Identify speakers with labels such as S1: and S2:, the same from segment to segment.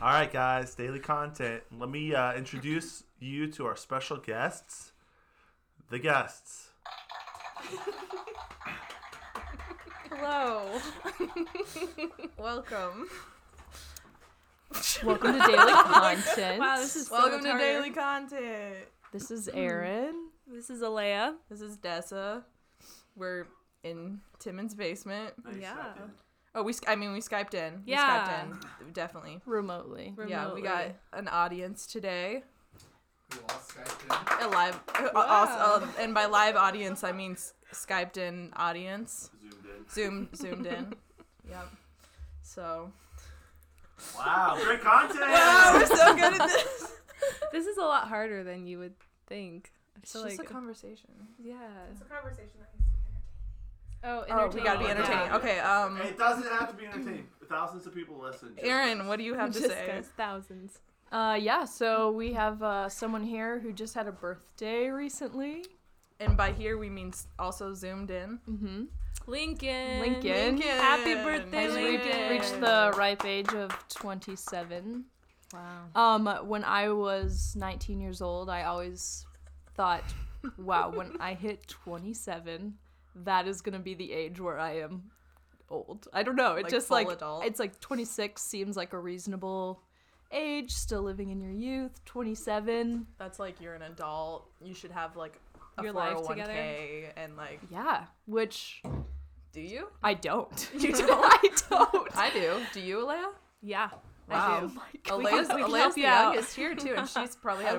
S1: All right, guys, daily content. Let me uh, introduce you to our special guests. The guests.
S2: Hello.
S3: Welcome.
S2: Welcome to Daily Content.
S4: Wow, this is so
S3: Welcome to
S4: retarded.
S3: Daily Content.
S2: This is Aaron.
S4: This is Alea.
S3: This is Dessa. We're in Timon's basement.
S4: Yeah.
S3: Oh, we. Sky- I mean, we Skyped in.
S4: Yeah.
S3: We Skyped in. Definitely.
S2: Remotely.
S3: Yeah,
S4: Remotely.
S3: we got an audience today.
S5: Who all Skyped in?
S3: A live. uh, Also, and by live audience, I mean s- Skyped in audience.
S1: Zoomed in.
S3: Zoom zoomed in. Yep. So.
S1: Wow, great content.
S3: Wow, we're so good at this.
S4: This is a lot harder than you would think. I
S3: It's
S4: feel
S3: just a
S4: like,
S3: conversation.
S4: yeah.
S6: It's a conversation that needs to be entertaining.
S4: Oh,
S3: Oh, we gotta be
S1: Yeah.
S3: entertaining.
S1: Yeah.
S3: Okay. Um,
S1: It doesn't have to be entertaining. Thousands of people listen. Just-
S3: Aaron, what do you have to say?
S4: thousands.
S2: Uh, yeah, so we have uh, someone here who just had a birthday recently.
S3: And by here we mean s- also zoomed in.
S2: Mm-hmm.
S4: Lincoln.
S2: Lincoln.
S4: Happy birthday,
S2: Has re-
S4: Lincoln.
S2: reached the ripe age of 27.
S4: Wow.
S2: Um, when I was 19 years old, I always thought, wow, when I hit 27, that is going to be the age where I am old. I don't know. It
S3: Like
S2: just
S3: full
S2: like
S3: adult?
S2: it's like 26 seems like a reasonable age, still living in your youth. 27,
S3: That's like you're an adult. You should have like a
S4: Your life
S3: 401k
S4: together.
S3: and like
S2: yeah, which
S3: do you?
S2: I don't.
S3: You don't?
S2: I don't.
S3: I do. Do you, Alea?
S4: Yeah.
S3: Wow.
S2: Oh my god.
S3: Alea's,
S4: we can
S3: Alea's
S4: help
S3: the
S4: you out.
S3: youngest here too, and she's probably had a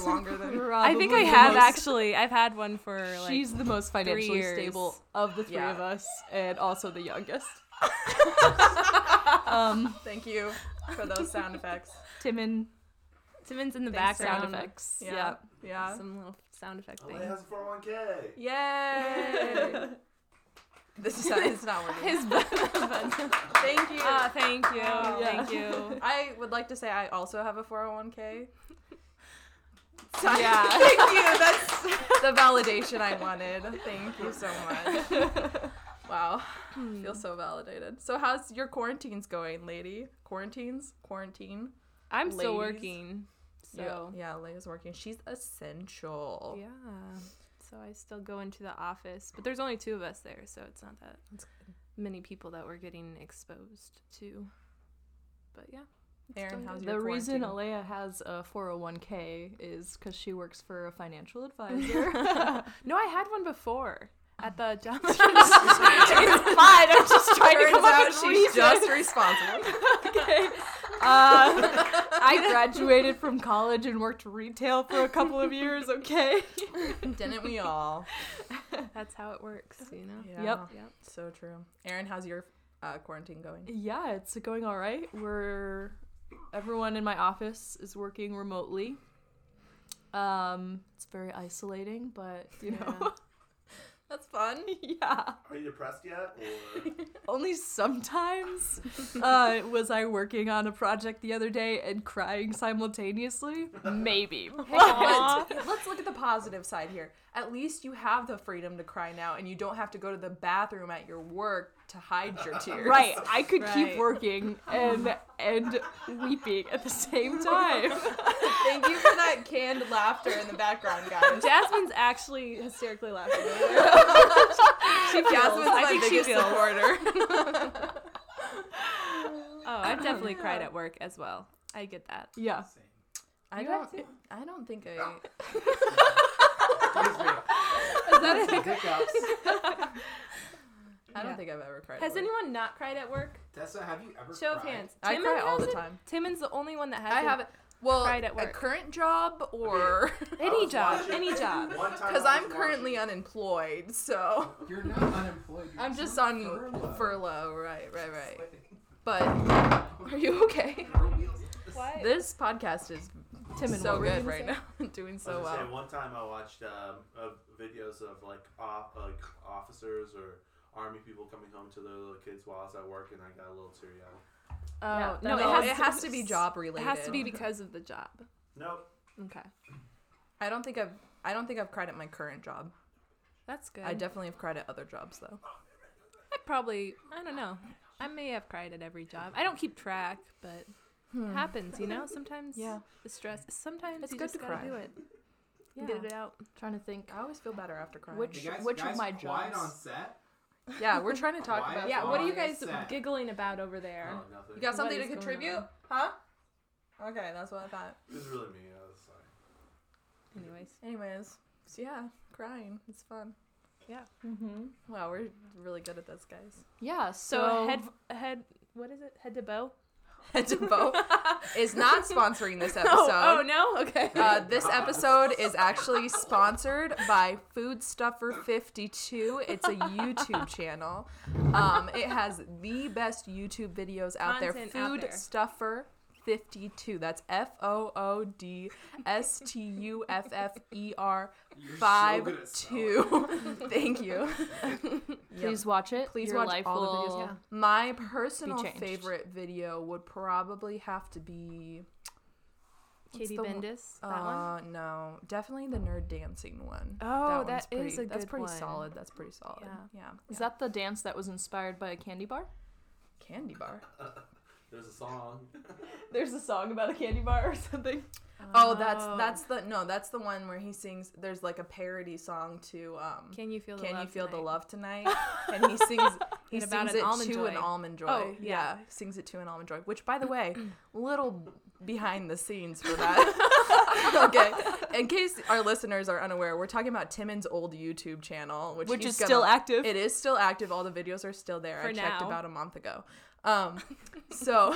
S3: 401k longer than
S4: I think I
S2: Probably the
S4: have
S2: most-
S4: actually. I've had one for like.
S2: She's the most financially
S4: years.
S2: stable of the three
S3: Yeah.
S2: of us, and also the youngest. um,
S3: Thank you for those sound effects.
S2: Timon
S4: Timon's in the
S3: Thanks,
S4: background.
S2: sound effects. Yeah.
S3: Yeah. Yeah.
S4: Some little sound effect
S1: Oh,
S4: thing.
S1: it has a 401k.
S3: Yay! this is it's not working.
S4: His
S3: Thank you.
S4: Ah, thank you.
S3: Wow.
S4: Thank you.
S3: I would like to say I also have a 401k.
S4: Yeah.
S3: Thank you. That's the validation I wanted. Thank you so much. Wow. I feel so validated. So how's your quarantines going, lady? Quarantines? Quarantine?
S4: I'm still
S3: Ladies.
S4: working. So.
S3: Yeah, Leia's working. She's essential.
S4: Yeah. So I still go into the office, but there's only two of us there, so it's not that many people that we're getting exposed to. But yeah.
S3: Aaron, how's your
S2: The reason
S3: quarantine?
S2: Alea has a 401k is because she works for a financial advisor. it's
S4: No, I had one before at the job.
S2: fine. I'm just trying to
S3: Turns
S2: come up
S3: out
S2: with
S3: she's
S2: reasons.
S3: just responsible.
S2: Okay. Uh, I graduated from college and worked retail for a couple of years. Okay.
S3: Didn't we all?
S4: That's how it works, you know.
S3: Yeah,
S4: Yep.
S3: So true. Aaron, how's your uh, quarantine going?
S2: Yeah, it's going all right. We're everyone in my office is working remotely. Um, it's very isolating, but you know,
S3: That's fun.
S2: yeah.
S1: Are you depressed yet? Or
S2: Only sometimes uh, was I working on a project the other day and crying simultaneously. Maybe.
S3: But let's look at the positive side here. At least you have the freedom to cry now, and you don't have to go to the bathroom at your work to hide your tears.
S2: Right, I could keep
S3: Right.
S2: working and and weeping at the same time.
S3: Thank you for that canned laughter in the background, guys.
S4: Jasmine's actually hysterically laughing.
S3: She Jasmine's
S4: I
S3: my
S4: think she
S3: biggest
S4: feels.
S3: supporter.
S4: Oh, I've definitely cried at work as well. I get that.
S2: Yeah.
S5: Same.
S3: I don't. I don't think I.
S5: Excuse me. Dick ups.
S3: I don't
S4: Yeah.
S3: think I've ever cried.
S4: Has
S3: at work.
S4: anyone not cried at work?
S5: Tessa, have you ever
S4: Show of
S5: cried?
S4: hands.
S3: I
S4: Timon
S3: cry all the
S4: hasn't?
S3: time.
S4: Timon's the only one that
S3: I
S4: hasn't.
S3: haven't. Well,
S4: cried at
S3: at
S4: work.
S3: current job or
S4: Any
S1: was
S4: job,
S1: watching-
S4: any job.
S1: One time
S3: because
S1: I
S3: I'm
S1: was
S3: currently
S1: watching-
S3: unemployed, so
S5: You're not unemployed. You're
S3: I'm just on
S5: furlough.
S3: furlough. Right, right, right.
S5: Like,
S3: But are you okay?
S5: your wheels.
S3: This podcast is
S2: Tim and
S3: so
S2: what were you
S3: good
S2: gonna
S3: right
S2: say?
S3: now, doing
S1: I
S3: so uh,
S1: was gonna say,
S3: well.
S1: one time I watched um, of videos of like op- like officers or army people coming home to their little kids while I was at work, and I got a little teary eyed.
S4: Oh,
S2: Yeah,
S4: no,
S2: no,
S4: it has,
S3: to be job
S4: It
S3: related.
S4: has to be because of the job.
S1: Nope.
S4: Okay.
S3: I don't think I've. I don't think I've cried at my current job.
S4: That's good.
S3: I definitely have cried at other jobs though.
S4: I probably, I don't know. I may have cried at every job. I don't keep track, but
S3: Mm. Hmm.
S4: It happens, you know. Sometimes
S2: Yeah.
S4: the stress. Sometimes
S2: It's
S4: you
S2: good
S4: just
S2: to
S4: gotta
S2: cry.
S4: do it.
S2: Yeah.
S4: Get it out.
S2: trying to think.
S3: I always feel better after crying.
S2: Which-
S5: You guys,
S2: which of
S5: guys
S2: my
S5: quiet
S2: jobs?
S5: on set?
S3: yeah, we're trying to talk
S5: Why
S3: about.
S5: is
S4: Yeah. What are you
S5: on
S4: guys
S5: set.
S4: giggling about over there?
S1: Oh, nothing.
S3: You got
S4: What
S3: something
S4: is
S3: to
S4: going
S3: contribute,
S4: on?
S3: huh? Okay, that's what I thought.
S1: It was really me. I was sorry.
S4: Anyways,
S3: Anyways, so yeah, crying. It's fun.
S2: Mm-hmm.
S3: Wow, we're really good at this, guys.
S2: Yeah. So,
S4: so head head. What is it? Head to bow.
S3: Head to Bow is not sponsoring this episode.
S4: Oh, oh no. Okay.
S3: Uh, this episode is actually sponsored by Foodstuffer52. It's a YouTube channel. Um, it has the best YouTube videos out
S4: Content out there.
S3: there. Foodstuffer52. That's F O O D S T U F F E R
S5: You're so good
S3: five
S5: at spelling.
S3: two. Thank you.
S2: please watch it.
S3: Please
S2: Your
S3: watch
S2: life
S3: all
S2: will...
S3: the videos. My personal
S2: changed.
S3: favorite video would probably have to be what's
S4: Katie
S3: the one-
S4: Bendis. That one.
S3: uh, no, definitely the nerd dancing one.
S4: Oh,
S3: one's
S4: that
S3: pretty,
S4: is a good
S3: That's pretty
S4: one.
S3: solid. That's pretty solid. Yeah.
S4: Yeah.
S2: Is that the dance that was inspired by a candy bar?
S3: candy bar?
S1: There's a song.
S2: There's a song about a candy bar or something.
S3: Oh, that's that's the no, that's the one where he sings. There's like a parody song to um,
S4: Can you feel
S3: "Can,
S4: the love?
S3: You Feel the
S4: Tonight?
S3: Love Tonight," and he sings he
S4: And about
S3: sings
S4: an
S3: it
S4: almond
S3: to an
S4: joy.
S3: almond joy.
S4: Oh,
S3: yeah.
S4: yeah.
S3: he sings it to an almond joy. Which, by the way, little behind the scenes for that. okay, in case our listeners are unaware, we're talking about Timon's old YouTube channel, which,
S2: Which
S3: he's
S2: is
S3: gonna-
S2: still active.
S3: It is still active. All the videos are still there.
S4: For
S3: I checked
S4: now.
S3: about a month ago. Um, so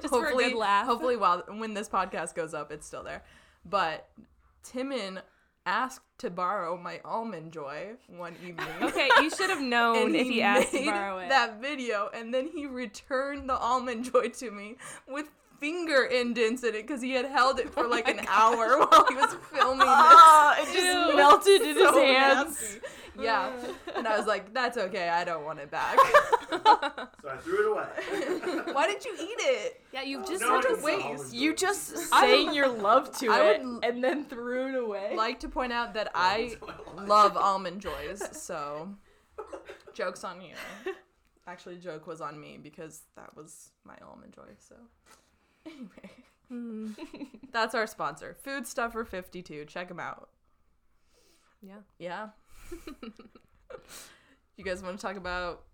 S4: Just for a good
S3: hopefully,
S4: laugh.
S3: hopefully, while when this podcast goes up, it's still there. But Timon asked to borrow my almond joy one evening.
S4: Okay, you should have known Oh, if he asked to borrow it.
S3: that video, and then he returned the almond joy to me with finger indents in it because he had held it for
S4: Oh
S3: like an hour while he was filming this.
S2: Ah, it
S4: Ew.
S2: just melted in his
S3: So
S2: hands.
S3: nasty. Yeah, and I was like, "That's okay. I don't want it back."
S1: So I threw it away.
S3: Why did you eat it?
S4: Yeah, you've just
S1: No,
S4: such a
S1: it's
S4: waste.
S1: not.
S2: You just
S3: I
S2: sang your love to
S3: I
S2: it
S3: would-
S2: and then threw it away.
S3: Like to point out that I love almond joys, so jokes on you. Actually, joke was on me because that was my almond joy. So anyway,
S4: Hmm.
S3: that's our sponsor, Food Stuffer Fifty Two. Check them out.
S4: Yeah.
S3: Yeah. you guys want to talk about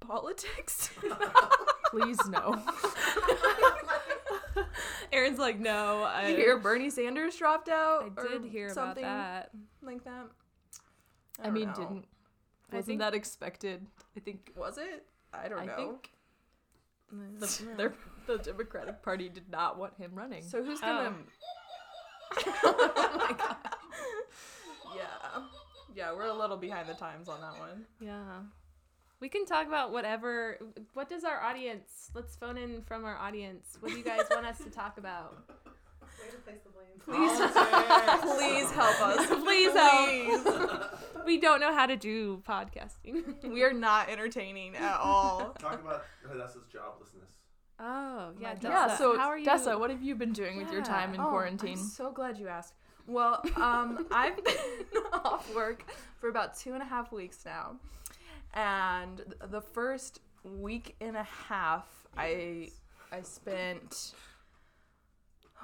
S3: politics?
S2: Please no.
S4: Aaron's like, no, I,
S3: you hear Bernie Sanders dropped out?
S4: I
S3: or
S4: did hear about
S3: something
S4: that.
S3: like that.
S2: I mean,
S3: don't know.
S2: didn't.
S4: I
S2: Wasn't
S4: think-
S2: that expected? I think.
S3: was it? I don't
S2: I
S3: know.
S2: think the, their, the Democratic Party did not want him running.
S3: So who's
S4: Oh.
S3: gonna? oh my god. Yeah, yeah, we're a little behind the times on that one.
S4: Yeah. We can talk about whatever. What does our audience? Let's phone in from our audience. What do you guys want us to talk about?
S6: Way to place the blame.
S5: Politics.
S3: Please help us.
S4: Please help. we don't know how to do podcasting.
S3: We are not entertaining at all.
S1: Talk about Hadassah's joblessness.
S4: Oh yeah,
S3: God.
S4: Dessa,
S2: yeah, so
S4: how are you?
S2: Dessa, what have you been doing with your
S4: Yeah.
S2: time in
S3: Oh,
S2: quarantine?
S3: I'm so glad you asked. Well, um, I've been off work for about two and a half weeks now, and th- the first week and a half, I I spent.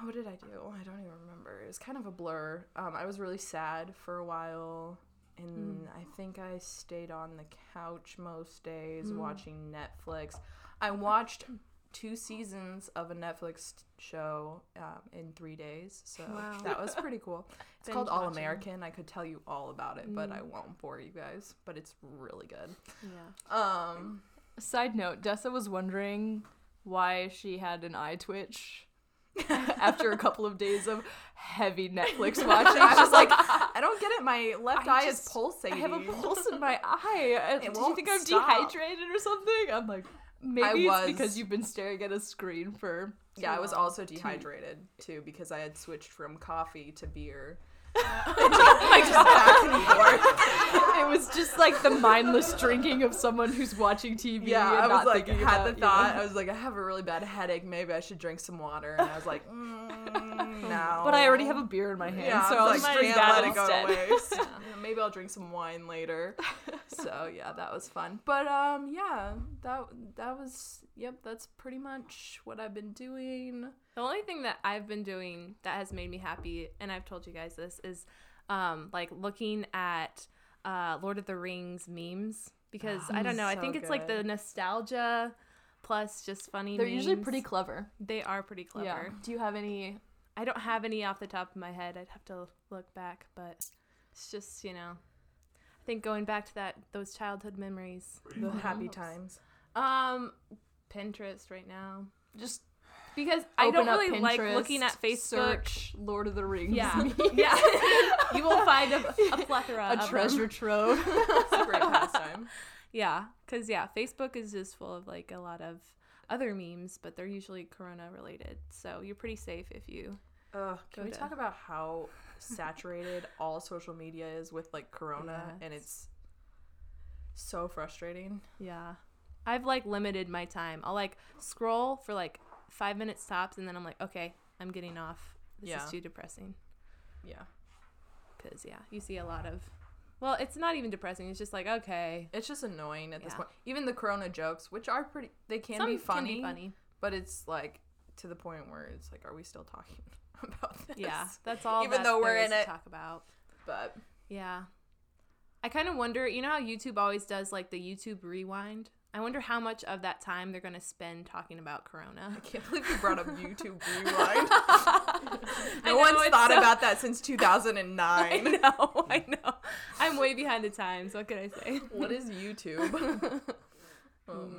S3: What did I do? Oh, I don't even remember. It was kind of a blur. Um, I was really sad for a while, and I think I stayed on the couch most days watching Netflix. I watched two seasons of a Netflix show um, in three days, so
S4: Wow.
S3: that was pretty cool. It's called
S4: Binge
S3: All
S4: watching.
S3: American. I could tell you all about it, but
S4: Mm.
S3: I won't bore you guys. But it's really good.
S4: Yeah.
S3: Um,
S2: Side note, Dessa was wondering why she had an eye twitch after a couple of days of heavy Netflix watching.
S3: I was
S2: She's
S3: like,
S2: like,
S3: I don't get it. My left
S2: I
S3: eye is
S2: just-
S3: pulsating.
S2: I have a pulse in my eye. Uh,
S3: It
S2: Do you
S3: won't
S2: think I'm
S3: stop.
S2: dehydrated or something? I'm like, maybe it's
S3: was-
S2: because you've been staring at a screen for.
S3: Yeah, I was
S4: Wow.
S3: also dehydrated too because I had switched from coffee to beer.
S2: It was just like the mindless drinking of someone who's watching TV.
S3: Yeah,
S2: and
S3: I was
S2: not
S3: like,
S2: thinking
S3: had
S2: about,
S3: the
S2: you
S3: thought.
S2: know.
S3: I was like, I have a really bad headache. Maybe I should drink some water. And I was like, mm, no.
S2: But I already have a beer in my hand,
S3: yeah,
S2: so
S3: I
S2: I'll
S3: was
S2: just
S3: like,
S2: drink
S3: can't
S2: that
S3: let it
S2: instead.
S3: go to waste. Maybe I'll drink some wine later. So yeah, that was fun. But um, yeah, that that was Yep, that's pretty much what I've been doing.
S4: The only thing that I've been doing that has made me happy, and I've told you guys this, is um, like looking at uh, Lord of the Rings memes because I don't know. I
S3: So
S4: think it's like the
S3: good.
S4: nostalgia plus just funny.
S2: They're usually
S4: memes.
S2: pretty clever.
S4: They are pretty clever.
S2: Yeah. Do you have any?
S4: I don't have any off the top of my head. I'd have to look back, but it's just you know, I think going back to that those childhood memories.
S3: The happy
S2: Oops.
S3: times.
S4: Um, Pinterest right now
S2: Just
S4: because I don't
S2: open up
S4: really like
S2: Pinterest,
S4: looking at Facebook.
S2: Search Lord of the Rings.
S4: Yeah,
S2: memes.
S4: yeah. you will find a, a plethora
S2: a
S4: of
S2: treasure
S4: them.
S2: trove.
S3: It's a great pastime.
S4: Yeah, because yeah, Facebook is just full of like a lot of other memes, but they're usually corona related. So you're pretty safe if you.
S3: Ugh, can
S4: Go
S3: we
S4: to-
S3: talk about how saturated all social media is with like corona and it's so frustrating.
S4: Yeah, I've like limited my time. I'll like scroll for like five minute stops, and then I'm like, okay, I'm getting off. This
S3: Yeah.
S4: is too depressing.
S3: Yeah.
S4: Because yeah, you see a lot of. Well, it's not even depressing. It's just like okay,
S3: It's just annoying at this
S4: Yeah.
S3: point. Even the corona jokes, which are pretty they can
S4: some
S3: be funny.
S4: Can be funny.
S3: But it's like to the point where it's like, are we still talking about this?
S4: Yeah, that's all.
S3: Even
S4: that
S3: though we're
S4: there is
S3: in
S4: to
S3: it.
S4: talk about.
S3: But
S4: Yeah. I kind of wonder, you know how YouTube always does like the YouTube rewind? I wonder how much of that time they're going to spend talking about
S3: I
S4: Corona.
S3: can't believe you brought up YouTube Rewind.
S4: I
S3: no one's
S4: know, it's
S3: thought
S4: so-
S3: about that since 2009.
S4: I know, I know. I'm way behind the times. What can I say?
S3: What is YouTube? oh
S4: Mm,